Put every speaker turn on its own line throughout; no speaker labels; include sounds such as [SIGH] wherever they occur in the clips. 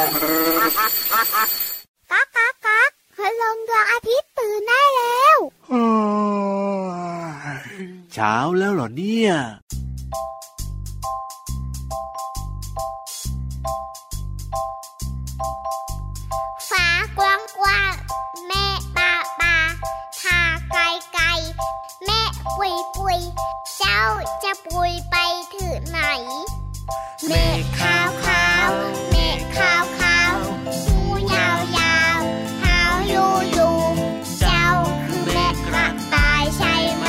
ก๊ากก๊ากก๊ากพลงดวงอาทิตย์ตื่นได้แล้ว
เช้าแล้วเหรอเนี่ย
ฟ้ากว้างกว้างแม่ปลาปลาพาไกลไกลแม่ปุยปุยเจ้าจะปุยไปถึงไหน
เมฆขาวขาว
เมฆขาวขาวหูยาวยาวเท้ายูยูเจ้าคือแม่กระต่ายใช่ไหม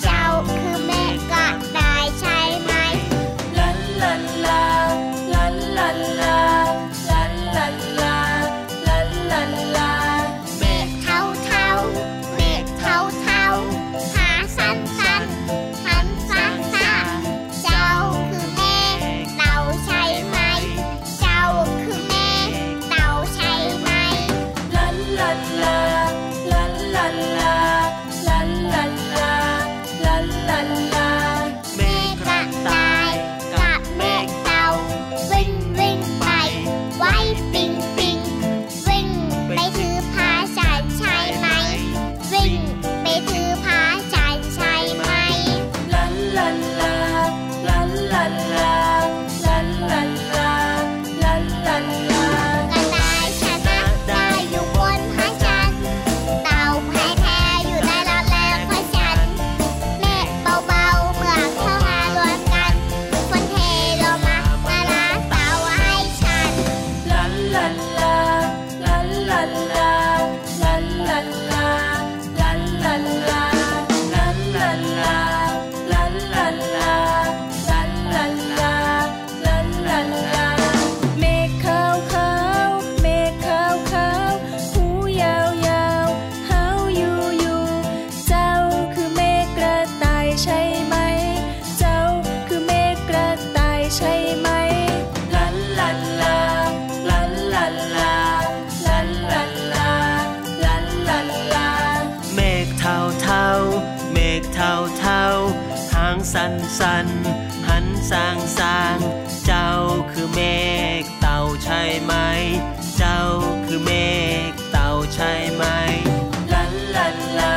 เจ้าคือแม่กระต่ายใช่ไหม
ลาลาลาลาลาลาลาลาลาลาลาลา
เมฆเทาเทาๆเมฆเทาเทาๆหาสั้นสั้นหันสั้นสั้นเจ้าคือเมฆเต่าใช่ไหม เจ้าคือเมฆเต่าใช่ไหม
ลาลาลาลาลาลาลาลาลาลาลาลา
เมฆกระต่ายกับเมฆเต่าวิ่งวิ่งไป ไว้ปิงปิงวิ่งไปถือพาฉันใช่ไหม วิ่งไปถือพาฉันใช่ไหม
ลาลาลาลาลาลาลาลาลาลาลาลา
กระต่ายชนะได้อยู่บนพระจันทร์เต่าแพ้แพ้อยู่ได้รอดแล้วพระจันทร์เมฆเบาๆเมือกเข้ามารวมกันฝนเทลงมามาลาเต่าให้ฉัน
ลาลาลาลาลาลาลาลาลาลาลาลาลาลาลาลาลาลาลาลาลาลาลาลาเมฆขาวขาวเมฆขาวขาวหูยาวยาวเฮาอยู่อยู่เจ้าคือเมฆกระต่ายใช่ไหม เจ้าคือเมฆกระต่ายใช่ไหม ลาลาลาลาลาลาลาลาลาลาลาลา
เมฆเทาเทาๆเมฆเทาเทาๆหางสันสันๆหันสางสางๆเจ้าคือเมฆเต่าใช่ไหม เจ้าคือเมฆเต่าใช่ไหม
ลาลาลา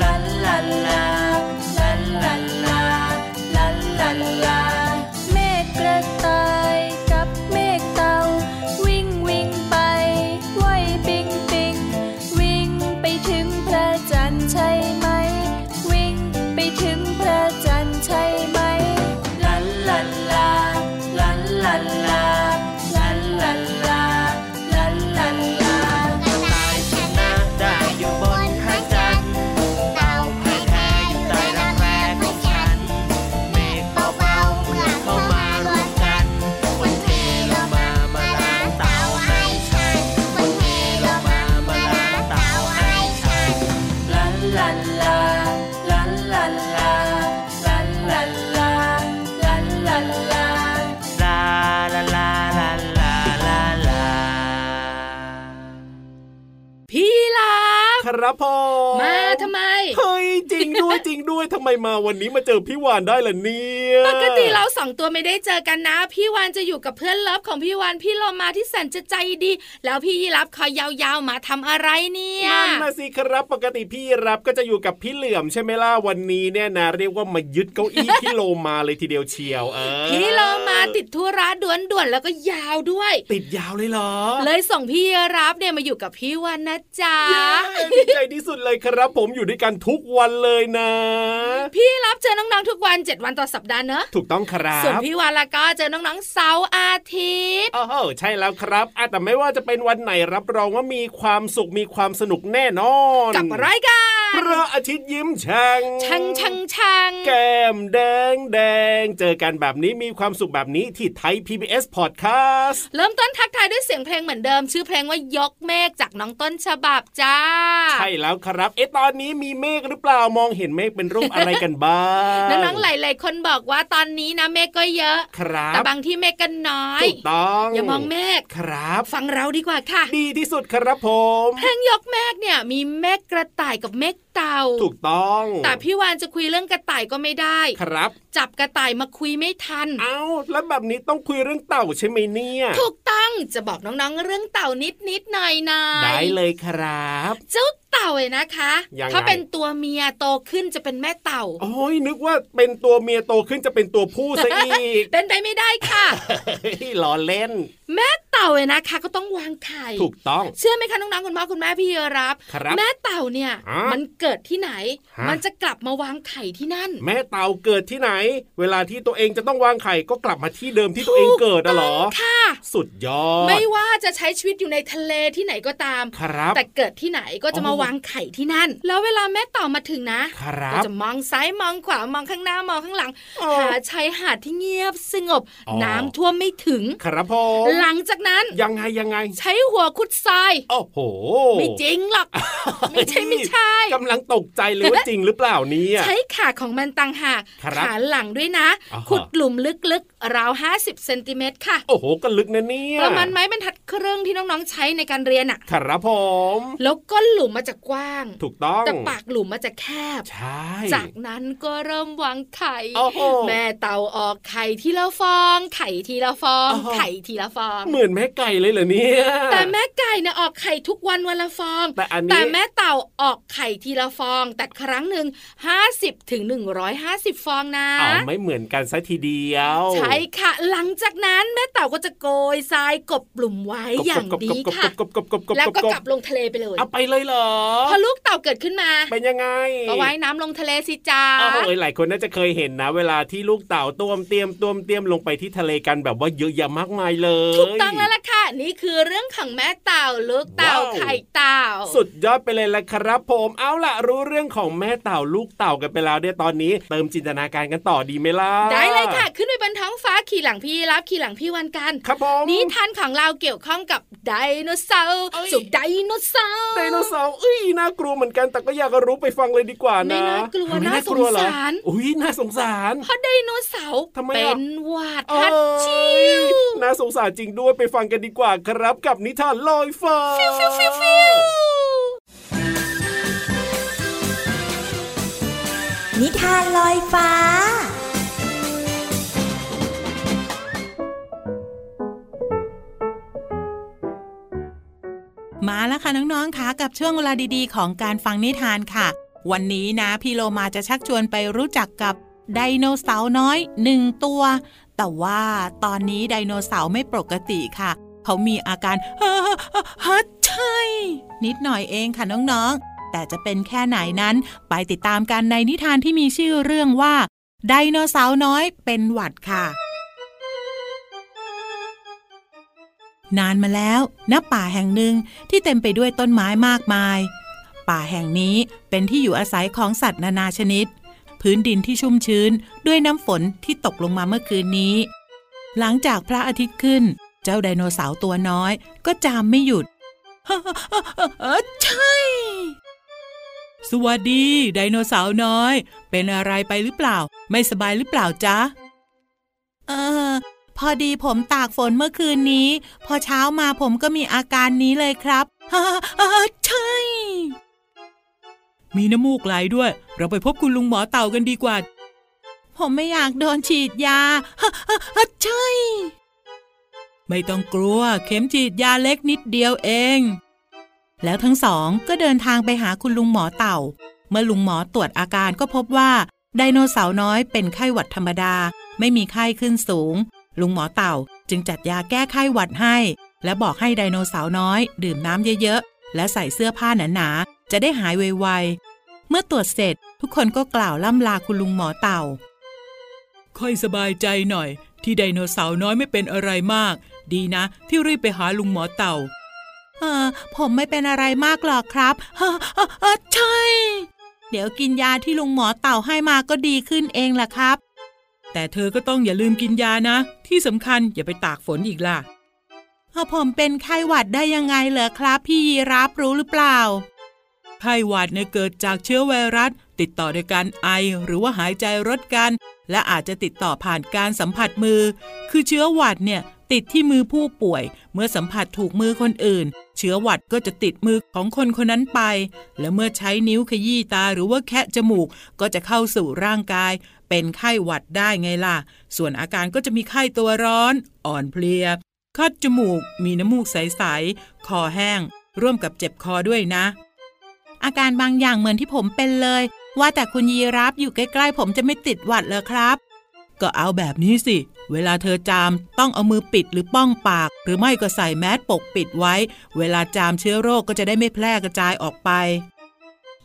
ลาลาลาลาลาลาลาลาลาเมฆกระต่ายกับเมฆเต่าวิ่งวิ่งไปไว่ายปิงปิงวิ่งไปถึงพระจันทร์ใช่ไหม วิ่งไปถึงพระจันทร์ใช่ไหม ลาลาลาลาลาลาลาลาลาลาลาลา
กระต่ายชนะได้อยู่บนพระจันทร์เต่าแพ้แพ้อยู่ใต้รักแร้พระจันทร์เมฆเบาๆเมื่อเข้ามารวมกันวันเทลงมามาล้างเต่าให้ฉันวันเทลงมามาล้างเต่าให้ฉัน
ลาลาลาลาลาลาลาลาลาลาลาลา
ลาลาลาลาลาลาลา
พี่ลาบ
ครับพ่อ
มาทำไม
เฮ้ยจริงด้วยจริงด้วยทำไมมาวันนี้มาเจอพี่วานได้ล่ะเนี่ย
ปกติเราสองตัวไม่ได้เจอกันนะ พี่วานจะอยู่กับเพื่อนเลิฟของพี่วานพี่โลมาที่แสนจะใจดี แล้วพี่ยีรับคอยยาวๆมาทำอะไรเนี่ย
นั่นนะสิครับปกติพี่รับก็จะอยู่กับพี่เหลื่อมใช่ไหมล่ะวันนี้เนี่ยนะเรียกว่ามายึดเก้าอี้ พี่โลมาเลยทีเดียวเชียวเออ
พี่โลมาติดธุระด่วนๆแล้วก็ยาวด้วย
ติดยาวเลยเหรอ
เลยส่งพี่ยีรับเนี่ยมาอยู่กับพี่วานนะจ๊ะ
เย้ดีใจที่สุดเลยครับ ผมอยู่ด้วยกันทุกวันเลยนะ
พี่รับเจอน้องๆทุกวัน 7 วันต่อสัปดาห์เนอะ
ถูกต้องครั
ส่วน
บ
พี่วานละก็เจอน้องๆเสาร์อาทิตย์
โอ้โหใช่แล้วครับอ่ะแต่ไม่ว่าจะเป็นวันไหนรับรองว่ามีความสุขมีความสนุกแน่นอน
กับรายการ
พระอาทิตย์ยิ้มแฉ่ง
ชังชังชัง
แก้มแดงแดง เจอกันแบบนี้มีความสุขแบบนี้ที่ไทย PBS Podcast
เริ่มต้นทักทายด้วยเสียงเพลงเหมือนเดิม ชื่อเพลงว่ายกเมฆจากน้องต้นฉบับจ้า
ใช่แล้วครับ เอ๊ะตอนนี้มีเมฆหรือเปล่ามองเห็นเมฆเป็นรูปอะไรกันบ้าง
น้องๆหลายๆคนบอกว่าตอนนี้นะเมฆก็เยอะ
ครับบ
แต่างที่เมฆก็น้อย
ถูกต้อง
อย่ามองเมฆ
ครับ
ฟังเราดีกว่าค่ะ
ดีที่สุดครับผม
เพลงยกเมฆเนี่ยมีเมฆกระต่ายกับเมฆเต่า
ถูกต้อง
แต่พี่วานจะคุยเรื่องกระต่ายก็ไม่ได้
ครับ
จับกระต่ายมาคุยไม่ทัน
เอาแล้วแบบนี้ต้องคุยเรื่องเต่าใช่ไหมเนี่ย
ถูกต้อง จะบอกน้องๆเรื่องเต่านิดนิดๆหน่อยหน่อย
ได้เลยครับ
เจ้าเต่าเนี่ยนะคะ
ยังไง
เขาเป็นตัวเมียโตขึ้นจะเป็นแม่เต่า
โอ้ยนึกว่าเป็นตัวเมียโตขึ้นจะเป็นตัวผู้ซะอีก
เป็นไปไม่ได้ค่ะ
เฮ้ยล้อเล่น
แม่เต่าเนี่ยนะคะ ก็ต้องวางไข่
ถูกต้อง
เชื่อไหมคะน้องๆคุณพ่อคุณแม่พี่รับ
ครับ
แม่เต่าเนี่ย
อ่ะ
มันเกิดที่ไหน
ฮะ
มันจะกลับมาวางไข่ที่นั่น
แม่เต่าเกิดที่ไหน เวลาที่ตัวเองจะต้องวางไข่ก็กลับมาที่เดิมที่ตัวเองเกิดอะเหรอ
ถูกต้งค่ะ
สุดยอด
ไม่ว่าจะใช้ชีวิตอยู่ในทะเลที่ไหนก็ตาม
ครับ
แต่เกิดที่ไหนก็จะ
โอ้
มาวางไข่ที่นั่น แล้วเวลาแม่เต่ามาถึงนะ
ครั
ก็
บ
จะมองซ้ายมองขวามองข้างหน้ามองข้างหลัง
โอ้
หาชายหาดที่เงียบสงบ
อ๋อ
น้ำท่วมไม่ถึง
ครับผม
หลังจากนั้น
ยังไงยังไง
ใช้หัวขุดทราย
โอ้โห
ไม่จริง
[LAUGHS]
หรอก ไม่ใช่ไม่ใช่
กำลังตกใจเลยว่าจริงหรือเปล่าเนี่ย
ใช้ขาของมันต่างหาก
ครับ
ขาหลังด้วยนะ
อ่าฮะ
ขุดหลุมลึกๆ ราว 50เซนติเมตรค่ะ
โอ้โหก็ลึกนะเนี่ย
ประมาณไม้บรรทัดครึ่งที่น้องๆใช้ในการเรียนอะ
ครับผม
แล้วก็หลุมมาจากกว้าง
ถูกต้อง
แต่ปากหลุมมันจะแคบ
ใช่
จากนั้นก็เริ่มวางไข่
โอ้โห
แม่เต่าออกไข่ทีละฟอง ไข่ทีละฟอง
อ๋อ
ไข่ทีละฟอง
เหมือนแม่ไก่เลยเหรอเนี่ย
แต่แม่ไก่เนี่ยออกไข่ทุกวันวันละฟอง
แต่อันนี้
แต่แม่เต่าออกไข่ทีละฟอง แต่ครั้งหนึ่ง50ถึง150 ฟองนะ
เอาไม่เหมือนกันซะทีเดียว
ใช่ค่ะ หลังจากนั้นแม่เต่าก็จะโกยทรายกลบหลุมไว้อย่างดีค่ะ
กบกบกบกบกบกบกบ
แล้วก็กลับลงทะเลไปเลย
เอาไปเลยเหรอ
พอลูกเต่าเกิดขึ้นมา
เป็นยังไง
ก็ว่ายน้ำลงทะเลสิจ้า
โอ้โหหลายคนน่าจะเคยเห็นนะ เวลาที่ลูกเต่าต้วมเตรียมต้วมเตรียมลงไปที่ทะเลกันแบบว่าเยอะแยะมากมายเลย
ถูกต้องแล้วล่ะค่ะ นี่คือเรื่องของแม่เต่าลูกเต่า
ว้าว
ไข่เต่า
สุดยอดไปเลยละครับ ผมเอาล่ะ รู้เรื่องของแม่เต่าลูกเต่ากันไปแล้วเนี่ยตอนนี้ เติมจินตนาการกันต่อดีไหมล่ะ
ได้เลยค่ะ ขึ้นไปบนท้องฟ้าขี่หลังพี่รับขี่หลังพี่วันกัน
ครับผม
นิทานของเราเกี่ยวข้องกับไดโนเสาร์สุดไดโนเสาร์
ไดโนเสาร์เอ้ยน่ากลัวเหมือนกันแต่ก็อยากรู้ไปฟังเลยดีกว่านะ
ไม่น่ากลัว
ไม่
น่าสง
เหรอ
สาร
อุ้ยน่าสงสาร
เพราะไดโนเสาร์
ทำไมอ่ะ
เป็นหวัดพัดชิว
โอ้ยน่าสงสารจริงด้วยไปฟังกันดีกว่าครับกับนิทานลอยฟ้า
นิทานลอยฟ้า
มาแล้วค่ะน้องๆคะกับช่วงเวลาดีๆ ของการฟังนิทานค่ะ วันนี้นะพี่โลมาจะชักชวนไปรู้จักกับไดโนเสาร์น้อยหนึ่งตัว แต่ว่าตอนนี้ไดโนเสาร์ไม่ปกติค่ะ เขามีอาการเฮ้อเฮ้อใช่นิดหน่อยเองค่ะน้องๆ แต่จะเป็นแค่ไหนนั้นไปติดตามกันในนิทานที่มีชื่อเรื่องว่าไดโนเสาร์น้อยเป็นหวัดค่ะ นานมาแล้วณป่าแห่งหนึ่งที่เต็มไปด้วยต้นไม้มากมาย ป่าแห่งนี้เป็นที่อยู่อาศัยของสัตว์นานาชนิด พื้นดินที่ชุ่มชื้นด้วยน้ำฝนที่ตกลงมาเมื่อคืนนี้ หลังจากพระอาทิตย์ขึ้น เจ้าไดโนเสาร์ตัวน้อย ก็จามไม่หยุด [LAUGHS] ใช่ สวัสดีไดโนเสาร์น้อย เป็นอะไรไปหรือเปล่า ไม่สบายหรือเปล่าจ๊ะ เออ พอดีผมตากฝนเมื่อคืนนี้ พอเช้ามาผมก็มีอาการนี้เลยครับ [LAUGHS] ฮ่าฮ่าฮ่าใช่ มีน้ำมูกไหลด้วย เราไปพบคุณลุงหมอเต่ากันดีกว่า ผมไม่อยากโดนฉีดยา [LAUGHS] ฮ่าฮ่าฮ่าใช่ ไม่ต้องกลัว เข็มฉีดยาเล็กนิดเดียวเอง แล้วทั้งสองก็เดินทางไปหาคุณลุงหมอเต่า เมื่อลุงหมอตรวจอาการก็พบว่า ไดโนเสาร์น้อยเป็นไข้หวัดธรรมดา ไม่มีไข้ขึ้นสูง ลุงหมอเต่าจึงจัดยาแก้ไข้หวัดให้ และบอกให้ไดโนเสาร์น้อย ดื่มน้ำเยอะๆ และใส่เสื้อผ้าหนาๆ จะได้หายไวๆ เมื่อตรวจเสร็จทุกคนก็กล่าวล่ำลาคุณลุงหมอเต่า ค่อยสบายใจหน่อย ที่ไดโนเสาร์น้อยไม่เป็นอะไรมาก ดีนะ ที่รีบไปหาลุงหมอเต่า เออผมไม่เป็นอะไรมากหรอกครับเออเออเออใช่ เดี๋ยวกินยาที่ลุงหมอเต่าให้มาก็ดีขึ้นเองล่ะครับ แต่เธอก็ต้องอย่าลืมกินยานะ ที่สำคัญอย่าไปตากฝนอีกล่ะผมเป็นไข้หวัดได้ยังไงเหรอครับ พี่ยีรับรู้หรือเปล่า ไข้หวัดเนี่ยเกิดจากเชื้อไวรัส ติดต่อโดยการไอหรือว่าหายใจรดกัน และอาจจะติดต่อผ่านการสัมผัสมือ คือเชื้อหวัดเนี่ยติดที่มือผู้ป่วย เมื่อสัมผัสถูกมือคนอื่น เชื้อหวัดก็จะติดมือของคนคนนั้นไป และเมื่อใช้นิ้วขยี้ตาหรือว่าแคะจมูกก็จะเข้าสู่ร่างกาย เป็นไข้หวัดได้ไงล่ะ ส่วนอาการก็จะมีไข้ตัวร้อน อ่อนเพลีย คัดจมูก มีน้ำมูกใส ๆ คอแห้ง ร่วมกับเจ็บคอด้วยนะ อาการบางอย่างเหมือนที่ผมเป็นเลย ว่าแต่คุณยีรับอยู่ใกล้ ๆ ผมจะไม่ติดหวัดเลยครับ ก็เอาแบบนี้สิ เวลาเธอจามต้องเอามือปิดหรือป้องปาก หรือไม่ก็ใส่แมสปกปิดไว้ เวลาจามเชื้อโรคก็จะได้ไม่แพร่กระจายออกไป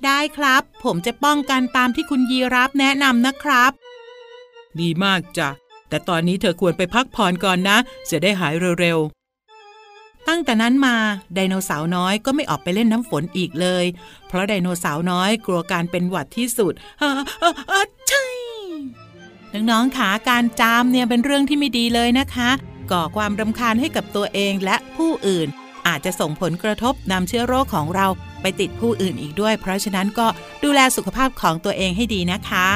ได้ครับ ผมจะป้องกันตามที่คุณยีรับแนะนำนะครับ ดีมากจ้ะ แต่ตอนนี้เธอควรไปพักผ่อนก่อนนะ จะได้หายเร็วๆ ตั้งแต่นั้นมาไดโนเสาร์น้อยก็ไม่ออกไปเล่นน้ำฝนอีกเลย เพราะไดโนเสาร์น้อยกลัวการเป็นหวัดที่สุด [LAUGHS] อ่าอ่าอ่าใช่ น้องๆขาการจามเนี่ยเป็นเรื่องที่ไม่ดีเลยนะคะ ก่อความรำคาญให้กับตัวเองและผู้อื่น อาจจะส่งผลกระทบนำเชื้อโรคของเราไปติดผู้อื่นอีกด้วย เพราะฉะนั้นก็ดูแลสุขภาพของตัวเองให้ดีนะคะ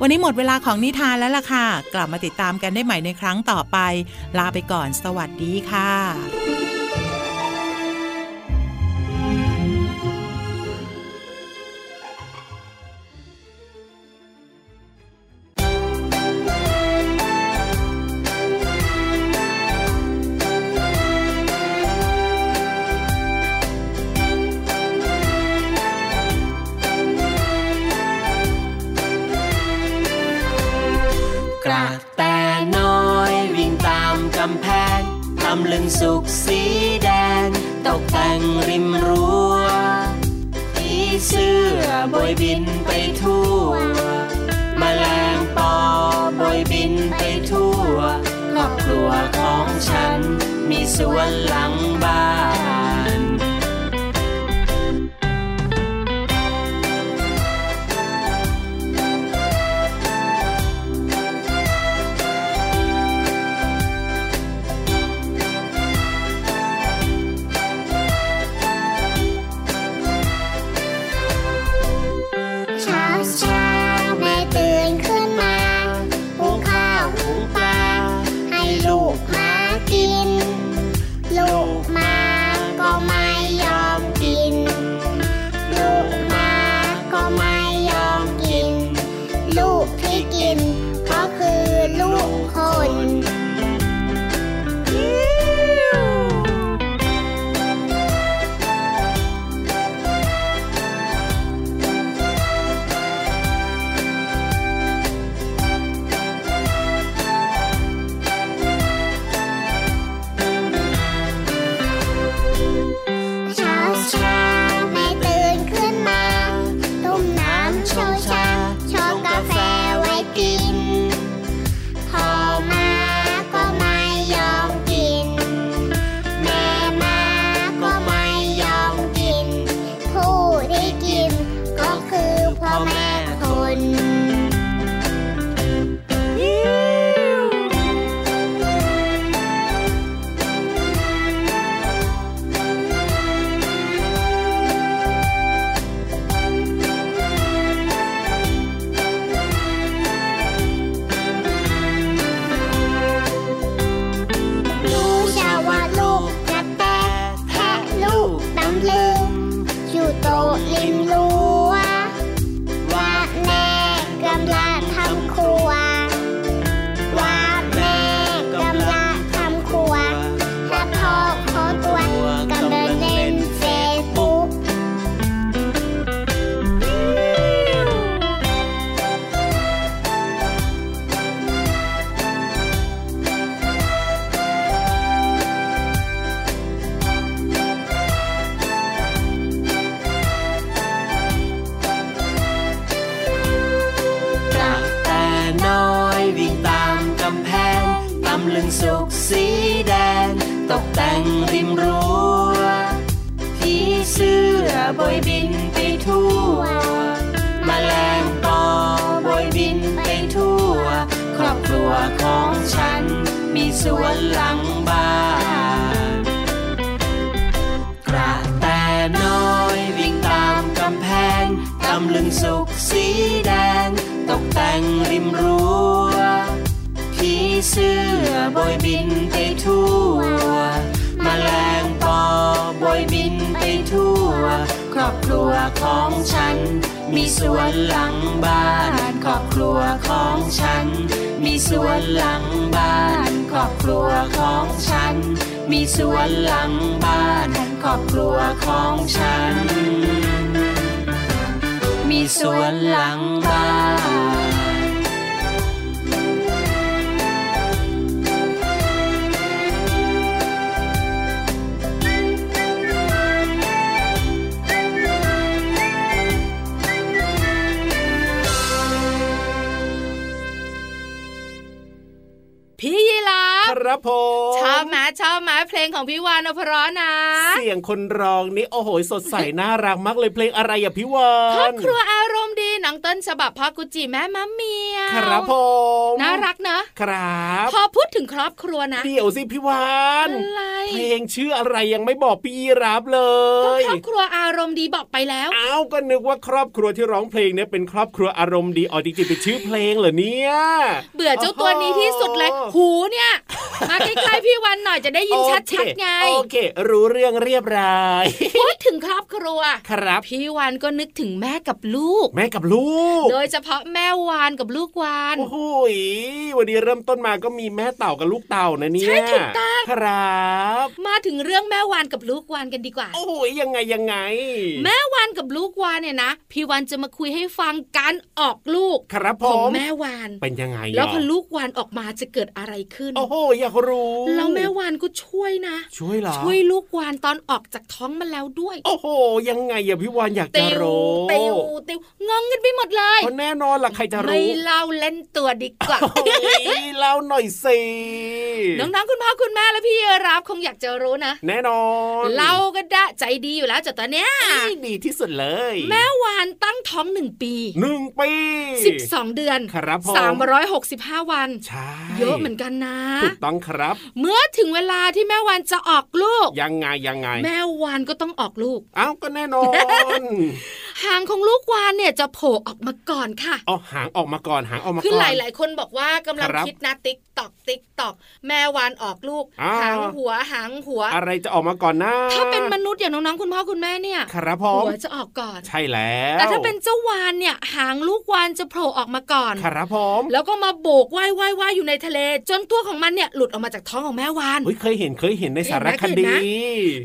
วันนี้หมดเวลาของนิทานแล้วล่ะค่ะ กลับมาติดตามกันได้ใหม่ในครั้งต่อไป ลาไปก่อนสวัสดีค่ะ
กระแตน้อยวิ่งตามกำแพงทำลึงสุกสีแดง ตกแต่งริมรั้วผีเสื้อบอยบินไปทั่วมแมลงปอบอยบินไปทั่วครอบครัวของฉัน มีสวนหลังบ้าน
เช้าเช้าแม่ตื่นขึ้นมาหุงข้าวหุงปลาให้ลูกหมากิน ลูกหมาก็ไม่ยอมกิน ลูกหมาก็ไม่ยอมกิน ลูกที่กินก็คือลูกคน เช้าเช้าแม่ตื่นขึ้นมาต้มน้ำชงชาชงกาแฟไว้กิน พอมาก็ไม่ยอมกิน แม่มาก็ไม่ยอมกิน ผู้ที่กินก็คือพ่อแม่คน รู้จะว่าลูกกระแตแทะลูกน้ำลึงอยู่โต๊ะริมรั้วว่าแม่กำลังทำครัว ว่าแม่กำลังทำครัวถ้าพ่อขอตัวกำลังเล่นเฟซบุ๊ก
กระแตน้อยวิ่งตามกำแพงตำลึงสุกสีแดง ตกแต่งริมรั้วผีเสื้อบอยบินไปทั่วมแมลงปอบอยบินไปทั่ว ครอบครัวของฉัน มีสวนหลังบ้าน กระแตน้อยวิ่งตามกำแพงตำลึงสุกสีแดง ตกแต่งริมรั้วผีเสื้อบอยบินไปทั่วมแมลงปอบอยบินไปทั่ว ครอบครัวของฉัน มีสวนหลังบ้าน ครอบครัวของฉัน มีสวนหลังบ้าน ครอบครัวของฉัน มีสวนหลังบ้านครอบครัวของฉัน มีสวนหลังบ้าน
พี่ยีราฟ
ครับผม
ชอบไหมชอบไหมเพลงของพี่วานอภรณ์นะ
เสียงคนร้องนี่โอ้โหสดใส น่ารักมากเลยเพลงอะไรอ่ะพี่วาน
ครอบครัวอารมณ์ดีหนังต้นฉบับพ่อกุจิแม่มะเมียว
ครับผม
น่ารักนะ
ครับ
พอพูดถึงครอบครัวนะ
เดี๋ยวสิพี่วาน
อะไร
เพลงชื่ออะไรยังไม่บอกพี่รับเล
ก็
ย
ครอบครัวอารมณ์ดีบอกไปแล้ว
อ้าวก็นึกว่าครอบครัวที่ร้องเพลงเนี่ยเป็นครอบครัวอารมณ์ดีออจริงๆเป็นชื่อเพลงเหรอเนี่ย
เบื่อเจ้าตัวนี้ที่สุดเลย
โอ้โห
หูเนี่ย มาใกล้ๆพี่วันหน่อยจะได้ยิน
โอเค
ชัดๆไง
โอเค รู้เรื่องเรียบร้อย
พูดถึงครอบครัว
ครับ
พี่วันก็นึกถึงแม่กับลูก
แม่กับลูก
โดยเฉพาะแม่วานกับลูกวาน
โอ้โหยวันนี้เริ่มต้นมาก็มีแม่เต่ากับลูกเต่านะเนี่ย
ใช่ถูกต้อง
ครับ
มาถึงเรื่องแม่วานกับลูกวานกันดีกว่า
โอ้โหยยังไงยังไง
แม่วานกับลูกวานเนี่ยนะ พี่วันจะมาคุยให้ฟังการออกลูก
ครับผ
ของ
ม
แม่วาน
เป็นยังไงอ่ะ
แล้วพอลูกวานออกมาจะเกิดอะไรขึ้น
โอ้โหอยากรู้
แล้วแม่วานก็ช่วยนะ
ช่วยเหรอ
ช่วยลูกวานตอนออกจากท้องมันแล้วด้วย
โอ้โห ยังไงอะพี่วานอยากจะ
ติว
รู้
ติวติวงงกันไปหมดเลย
ก็แน่นอนล่ะใครจะ
ไม่
รู้
เล่าเล่นตัวดีกว่า
โอ้ยเล่าหน่อยสิ
น้องๆคุณพ่อคุณแม่และพี่รับคงอยากจะรู้นะ
แน่นอน
เล่าก็ได้ใจดีอยู่แล้วจ้ะตอนเนี้ย
เอ้ยดีที่สุดเลย
แม่วานตั้งท้องหนึ่งปี
หนึ่งปี
12 เดือน
ครับผม
365 วัน
ใช่
เยอะเหมือนกันนะ
ถูกต้องครับ
เมื่อถึงเวลาที่แม่วานจะออกลูก
ยังไงยังไง
แม่วานก็ต้องออกลูก
เอ้าก็แน่นอน
[LAUGHS] หางของลูกวานเนี่ยจะโผล่ออกมาก่อนค่ะ
เอาหางออกมาก่อนหางออกมาก่อน
คือหลาย ๆ คนบอกว่ากำลัง
ครับ
คิดนะติ๊กตอกติ๊กตอกแม่วานออกลูก
อ่า
หางหัวหางหัว
อะไรจะออกมาก่อนนะ
ถ้าเป็นมนุษย์อย่างน้อง ๆ คุณพ่อคุณแม่เนี่ย
ครับผ
หั
ม
วจะออกก่อน
ใช่แล้ว
แต่ถ้าเป็นเจ้าวานเนี่ย หางลูกวานจะโผล่ออกมาก่อน
ครับผม
แล้วก็มาโบกว่ายว่ายว่ายอยู่ในทะเล จนตัวของมันเนี่ยหลุดออกมาจากท้องของแม่วาน
เฮ้ยเคยเห็นเคยเห็นใน
เห็นนะ
สารค
เห็น
ดี
นะ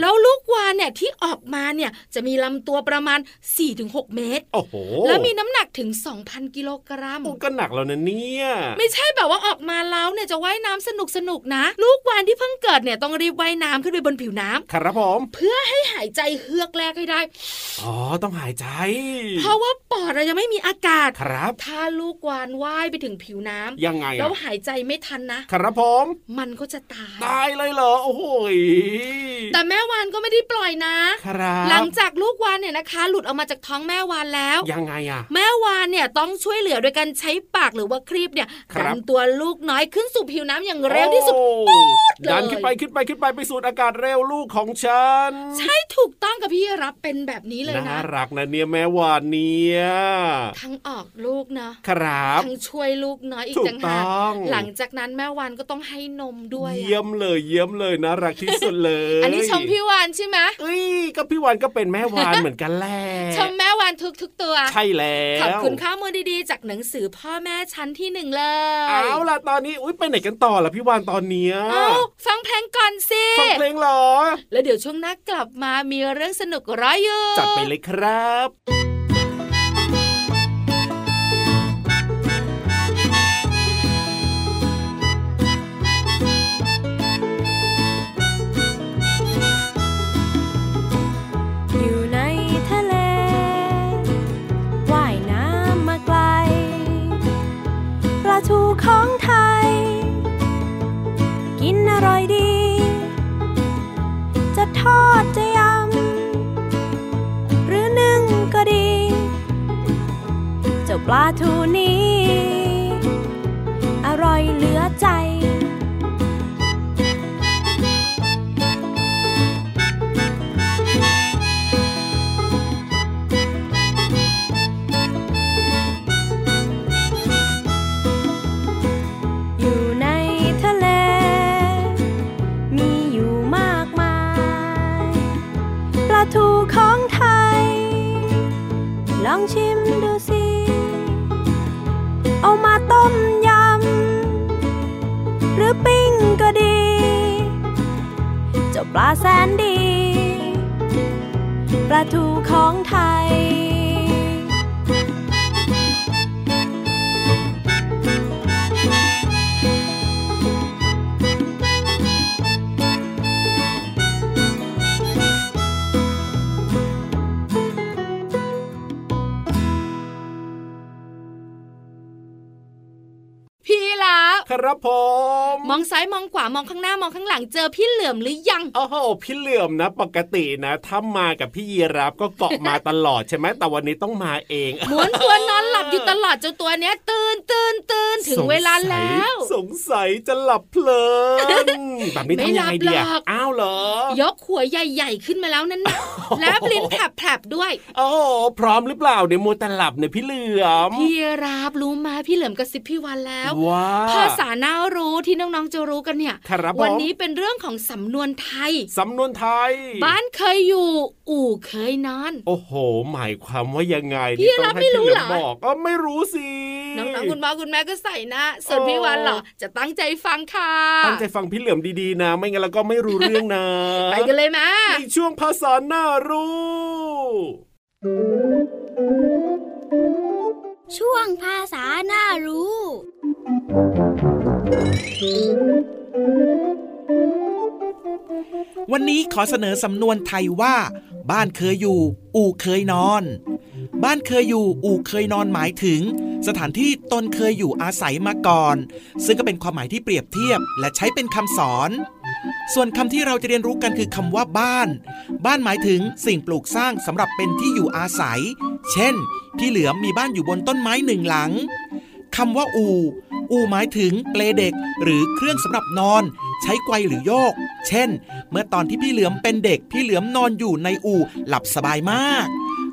แล้วลูกวานเนี่ยที่ออกมาเนี่ยจะมีลำตัวประมาณ 4-6 เมตร
โอ้โห
แล้วมีน้ำหนักถึง 2,000 กิโลกรัม
โอ้ก็หนักแล้วนะเนี่ย
ไม่ใช่แบบว่าออกมาแล้วเนี่ยจะว่ายน้ำสนุกสนุกๆนะ ลูกวานที่เพิ่งเกิดเนี่ยต้องรีบว่ายน้ำขึ้นไปบนผิวน้ำ
ครับผม
เพื่อให้หายใจเฮือกแรกให้ได้
อ๋อ ต้องหายใจ
เพราะว่าปอดเรายังไม่มีอากาศ
ครับ
ถ้าลูกวานว่ายไปถึงผิวน้ำ
ยังไงอะ
แล้วหายใจไม่ทันนะ
ครับผม
มันก็จะตาย
ตายเลยเหรอ โอ้โหย
แต่แม่วานก็ไม่ได้ปล่อยนะ
ครับ
หลังจากลูกวานเนี่ยนะคะ หลุดออกมาจากท้องแม่วานแล้ว
ยังไงอ่ะ
แม่วานเนี่ยต้องช่วยเหลือโดยการใช้ปากหรือว่าครีบเนี่ย
ครั
ดั
บ
นตัวลูกน้อยขึ้นสู่ผิวน้ำอย่างเร็วที่สุด
โอ้
เลย
ดันขึ้นไปขึ้นไปขึ้นไปไปสูดอากาศเร็วลูกของฉัน
ใช่ถูกต้องกับพี่รับเป็นแบบนี้เลย
น่า
นะ
รักนะเนี่ยแม่หวานเนี่ย
ทั้งออกลูกเนาะ
ครับ
ทั้งช่วยลูกน้อยอีก
ถูก
ต่างหาก
ต้อง
หลังจากนั้นแม่วานก็ต้องให้นมด้วยอะ
เยี่ยมเลยเยี่ยมเลยน่ารักที่สุดเลย
อันนี้ชมพี่วานใช่ไหม
เอ้ยก็พี่วานก็เป็นแม่วานเหมือนกันแหละ
[LAUGHS] ชมแม่วานทุกทุกๆตัว
ใช่แล้ว
ขอบคุณข้อมูลดีๆ จากหนังสือพ่อแม่ชั้นที่หนึ่งเลย
เอาล่ะตอนนี้อุ้ยไปไหนกันต่อล่ะพี่วานตอนเนี้ย
เอาฟังเพลงก่อนสิ
ฟังเพลงเหรอ
แล้วเดี๋ยวช่วงหน้ากลับมามีเรื่องสนุกรออยู่
จัดไปเลยครับ
อยู่ในทะเล ว่ายน้ำมาไกล ปลาทูของไทย กินอร่อยดี จะทอดจะยำ หรือนึ่งก็ดี เจ้าปลาทูนี้ อร่อยเหลือใจ อยู่ในทะเล มีอยู่มากมาย ปลาทูของไทย ลองชิมดูสิ เอามาต้มยำ หรือปิ้งก็ดี ปลาแสนดี ปลาทูของไทย
พี่รับ
ครับผม
มองซ้ายมองขวามองข้างหน้ามองข้างหลังเจอพี่เหลือมหรือยัง
โอ้โหพี่เหลื่อมนะ ปกตินะ ถ้ามากับพี่ยีรับก็เกาะมาตลอดใช่ไหม [LAUGHS] แต่วันนี้ต้องมาเอง
หมุนตัวนอนหลับอยู่ตลอดเจ้าตัวเนี้ย ตื่นตื่นตื่นถึงเวลาแล้ว
สงสัยจะหลับเพลิน
[LAUGHS]
แบบนี้
ไม่
ทำ
หลั
ยัง
บ
ไงดีอะ
หรอก
อ้าวเหรอ
ยกหัวใหญ่ ๆ ขึ้นมาแล้วนั่นนะแล้วลิ้นแผลบๆด้วย
โอ้โหพร้อมหรือเปล่าเดี๋ยวมัวแต่หลับเนี่ยพี่เหลือม
พี่รับรู้มาพี่เหลือมกระซิบพี่วันแล้ว
ว้า
ภาษาน่ารู้ที่น้องๆจะรู้กันเนี่ย
ครับผม
วันี้เป็นเรื่องของสำนวนไทย
สำนวนไทย
บ้านเคยอยู่ อู่เคยนอน
โอ้โห หมายความว่ายังไง
พี่
นี่ต้อ
รั
ง
บ
ให้
ไม่
พี่
รู้
เหลือม
เหรอ
บอกก็ไม่รู้สิ
น้องๆคุณพ่อคุณแม่ก็ใส่นะ ส่วนพี่วันเหรอจะตั้งใจฟังค่ะ
ตั้งใจฟังพี่เหลือมดีๆนะ ไม่งั้นเราก็ไม่รู้เรื่องนะ
ไปกันเลยมา
ในช่วงภาษาหน้ารู้
ช่วงภาษาหน้ารู้
วันนี้ขอเสนอสำนวนไทยว่า บ้านเคยอยู่ อู่เคยนอน บ้านเคยอยู่ อู่เคยนอนหมายถึง สถานที่ตนเคยอยู่อาศัยมาก่อน ซึ่งก็เป็นความหมายที่เปรียบเทียบ และใช้เป็นคำสอน ส่วนคำที่เราจะเรียนรู้กันคือคำว่าบ้าน บ้านหมายถึงสิ่งปลูกสร้างสำหรับเป็นที่อยู่อาศัย เช่น พี่เหลือมมีบ้านอยู่บนต้นไม้หนึ่งหลัง คำว่าอูอูหมายถึงเปลเด็ก หรือเครื่องสำหรับนอน ใช้ไกวหรือโยก เช่น เมื่อตอนที่พี่เหลือมเป็นเด็ก พี่เหลือมนอนอยู่ในอูหลับสบายมาก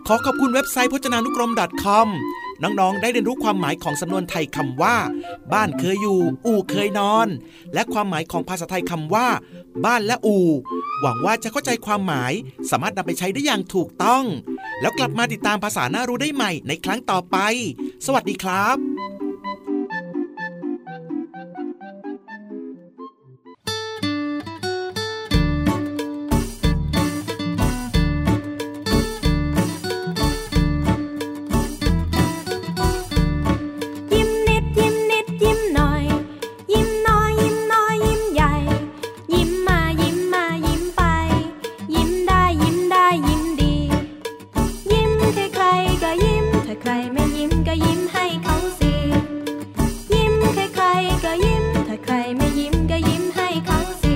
ขอขอบคุณเว็บไซต์พจนานุกรม .com น้องๆ ได้เรียนรู้ความหมายของสำนวนไทยคำว่า บ้านเคยอยู่ อู่เคยนอน และความหมายของภาษาไทยคำว่า บ้านและอู่หวังว่าจะเข้าใจความหมาย สามารถนำไปใช้ได้อย่างถูกต้อง แล้วกลับมาติดตามภาษาหน้ารู้ได้ใหม่ในครั้งต่อไป สวัสดีครับ
ยิ้มนิดยิ้มนิดยิ้มหน่อย ยิ้มน้อยยิ้มน้อยยิ้มใหญ่ ยิ้มมายิ้มมายิ้มไป ยิ้มได้ยิ้มได้ยิ้มดี ยิ้มใครใครๆก็ยิ้มถ้าใครไม่ยิ้มก็ยิ้มให้เขาสิยิ้มใครใครๆก็ยิ้มถ้าใครไม่ยิ้มก็ยิ้มให้เขาสิ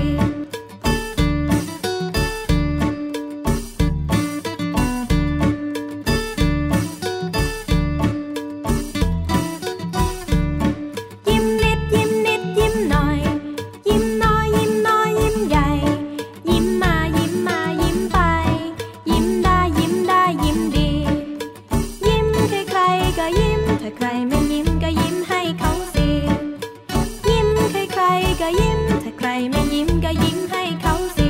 ยิ้มนิดยิ้มนิดยิ้มหน่อย ยิ้มน้อยยิ้มน้อยยิ้มใหญ่ ยิ้มมายิ้มมายิ้มไป ยิ้มได้ยิ้มได้ยิ้มดี ยิ้มใครใครๆก็ยิ้มถ้าใครไม่ยิ้มก็ยิ้มให้เขาสิยิ้มใครใครๆก็ยิ้มถ้าใครไม่ยิ้มก็ยิ้มให้เขาสิ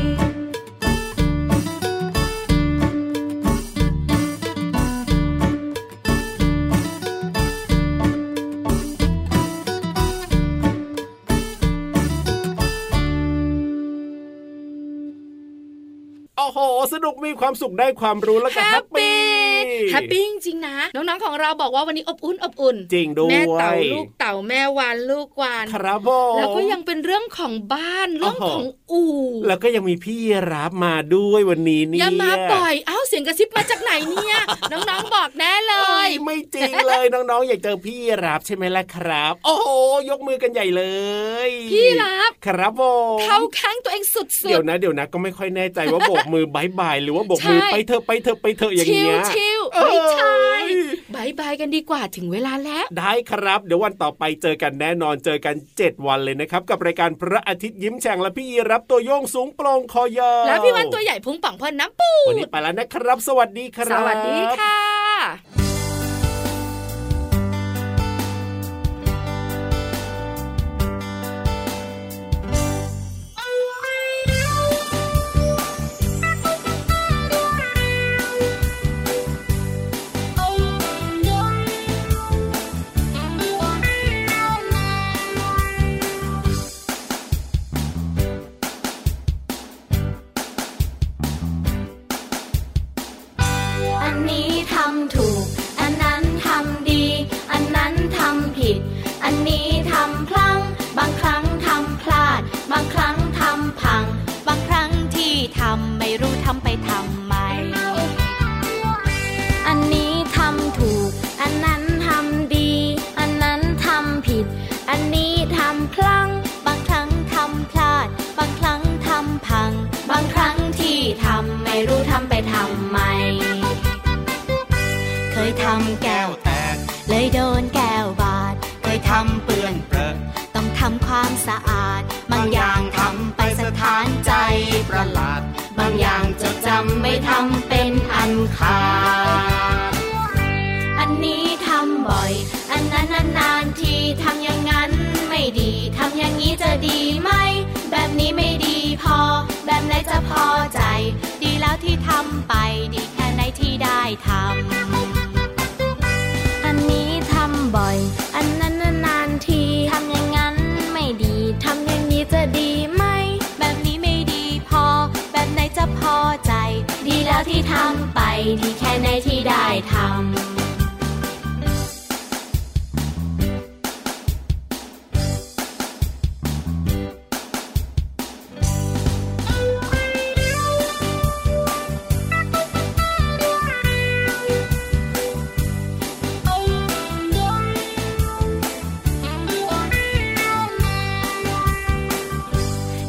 โอ้โห สนุกมีความสุขได้ความรู้แล้วก็
แฮ
แฮ
ป
ปปี้
ปี้แฮปปี้จริงๆนะ น้องๆของเราบอกว่าวันนี้อบอุ่นอบอุ่น
จริงด้วย
แม่เต่าลูกเต่าแม่วานลูกวาน
ครับผม
แล้วก็ยังเป็นเรื่องของบ้านเรื่อง
โอ้โห
ของอู่
แล้วก็ยังมีพี่รับมาด้วยวันนี้เนี่ย
อย่ามาปล่อยเอ้าเสียงกระซิบมาจากไหนเนี่ย
[LAUGHS]
น้องๆบอกแน่เล
เอ้
ย
ยไม่จริงเลย [LAUGHS] น้องๆ อยากเจอพี่รับใช่ไหมล่ะครับ โอ้โหยกมือกันใหญ่เลย
พี่รับ
ครับผม
เข้าข้างตัวเองสุดๆ
เดี๋ยวนะเดี๋ยวนะก็ไม่ค่อยแน่ใจว่าโบ [LAUGHS] กมือบายบายหรือว่าโบกมือ
ใช่
ไปเถอะไปเถอะไปเถอะอย่าง
ชิ
เงี้
วย ชิวๆ
เอ้ย
ไม่ใช่บายบายกันดีกว่าถึงเวลาแล้ว
ได้ครับ เดี๋ยววันต่อไปเจอกันแน่นอนเจอกัน 7 วันเลยนะครับ กับรายการพระอาทิตย์ยิ้มแฉ่งและพี่รับตัวโยงสูงโปร่งคอยาว
แล้วพี่วันตัวใหญ่พุงป่องพอน้ำปู
วัน
ด
นี้ไปแล้วนะครับ สวัสดีค
ส
รับ
วัสดีค่ะ
อ
ทำไม่รู้ทำไปทำไม อันนี้ทำถูก อันนั้นทำดี อันนั้นทำผิด อันนี้ทำพลัง บางครั้งทำพลาด บางครั้งทำพัง บางครั้งที่ทำไม่รู้ทำไปทำไม เคยทำแก้วแตก เลยโดนแก้วบาด เคยทำเปื้อนเปรอะต้องทำความสะอาด บางอย่างทำไปสถานใจประหลาด บางอย่างจดจำไม่ทำเป็นอันขาด อันนี้ทำบ่อย อันนั้นนานๆทีทำอย่างนั้นไม่ดี ทำอย่างนี้จะดีไหม แบบนี้ไม่ดีพอ แบบไหนจะพอใจ ดีแล้วที่ทำไป ดีแค่ไหนที่ได้ทำ อันนี้ทำบ่อย อันนั้นนานๆทีทำอย่างนั้นไม่ดี ทำอย่างนี้จะดีไหม แบบนี้ไม่ดีพอ แบบไหนจะพอใจ ดีแล้วที่ทำไป ดีแค่ไหนที่ได้ทำ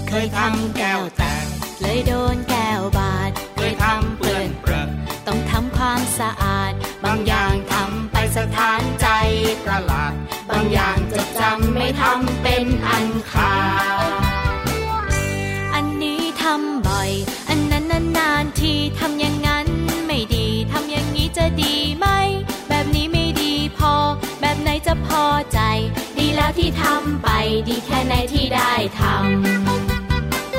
เคยทำแก้วแตก เลยโดนแก้วบาด เคยทำเปื้อนเปรอะต้องทำความสะอาด บางอย่างทำไปสถานใจประหลาด บางอย่างจดจำไม่ทำเป็นอันขาด อันนี้ทำบ่อย อันนั้นนานๆทีทำอย่างนั้นไม่ดี ทำอย่างนี้จะดีไหม แบบนี้ไม่ดีพอ แบบไหนจะพอใจ ดีแล้วที่ทำไป ดีแค่ไหนที่ได้ทำ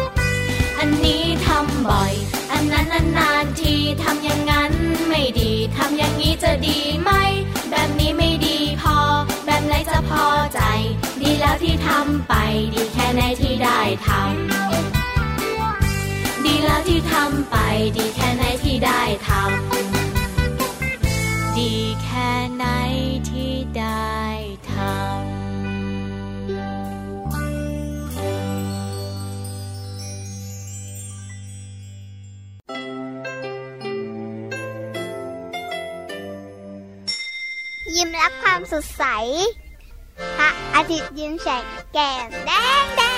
อันนี้ทำบ่อย อันนั้นนานๆทีทำอย่างนั้นไม่ดี ทำอย่างนี้จะดีไหม แบบนี้ไม่ดีพอ แบบไหนจะพอใจ ดีแล้วที่ทำไป ดีแค่ไหนที่ได้ทำ ดีแล้วที่ทำไป ดีแค่ไหนที่ได้ทำ ดีแค่ไหนที่ได้ท
ยิ้มรับความสดใส พระอาทิตย์ยิ้มแฉกแก้มแดงแด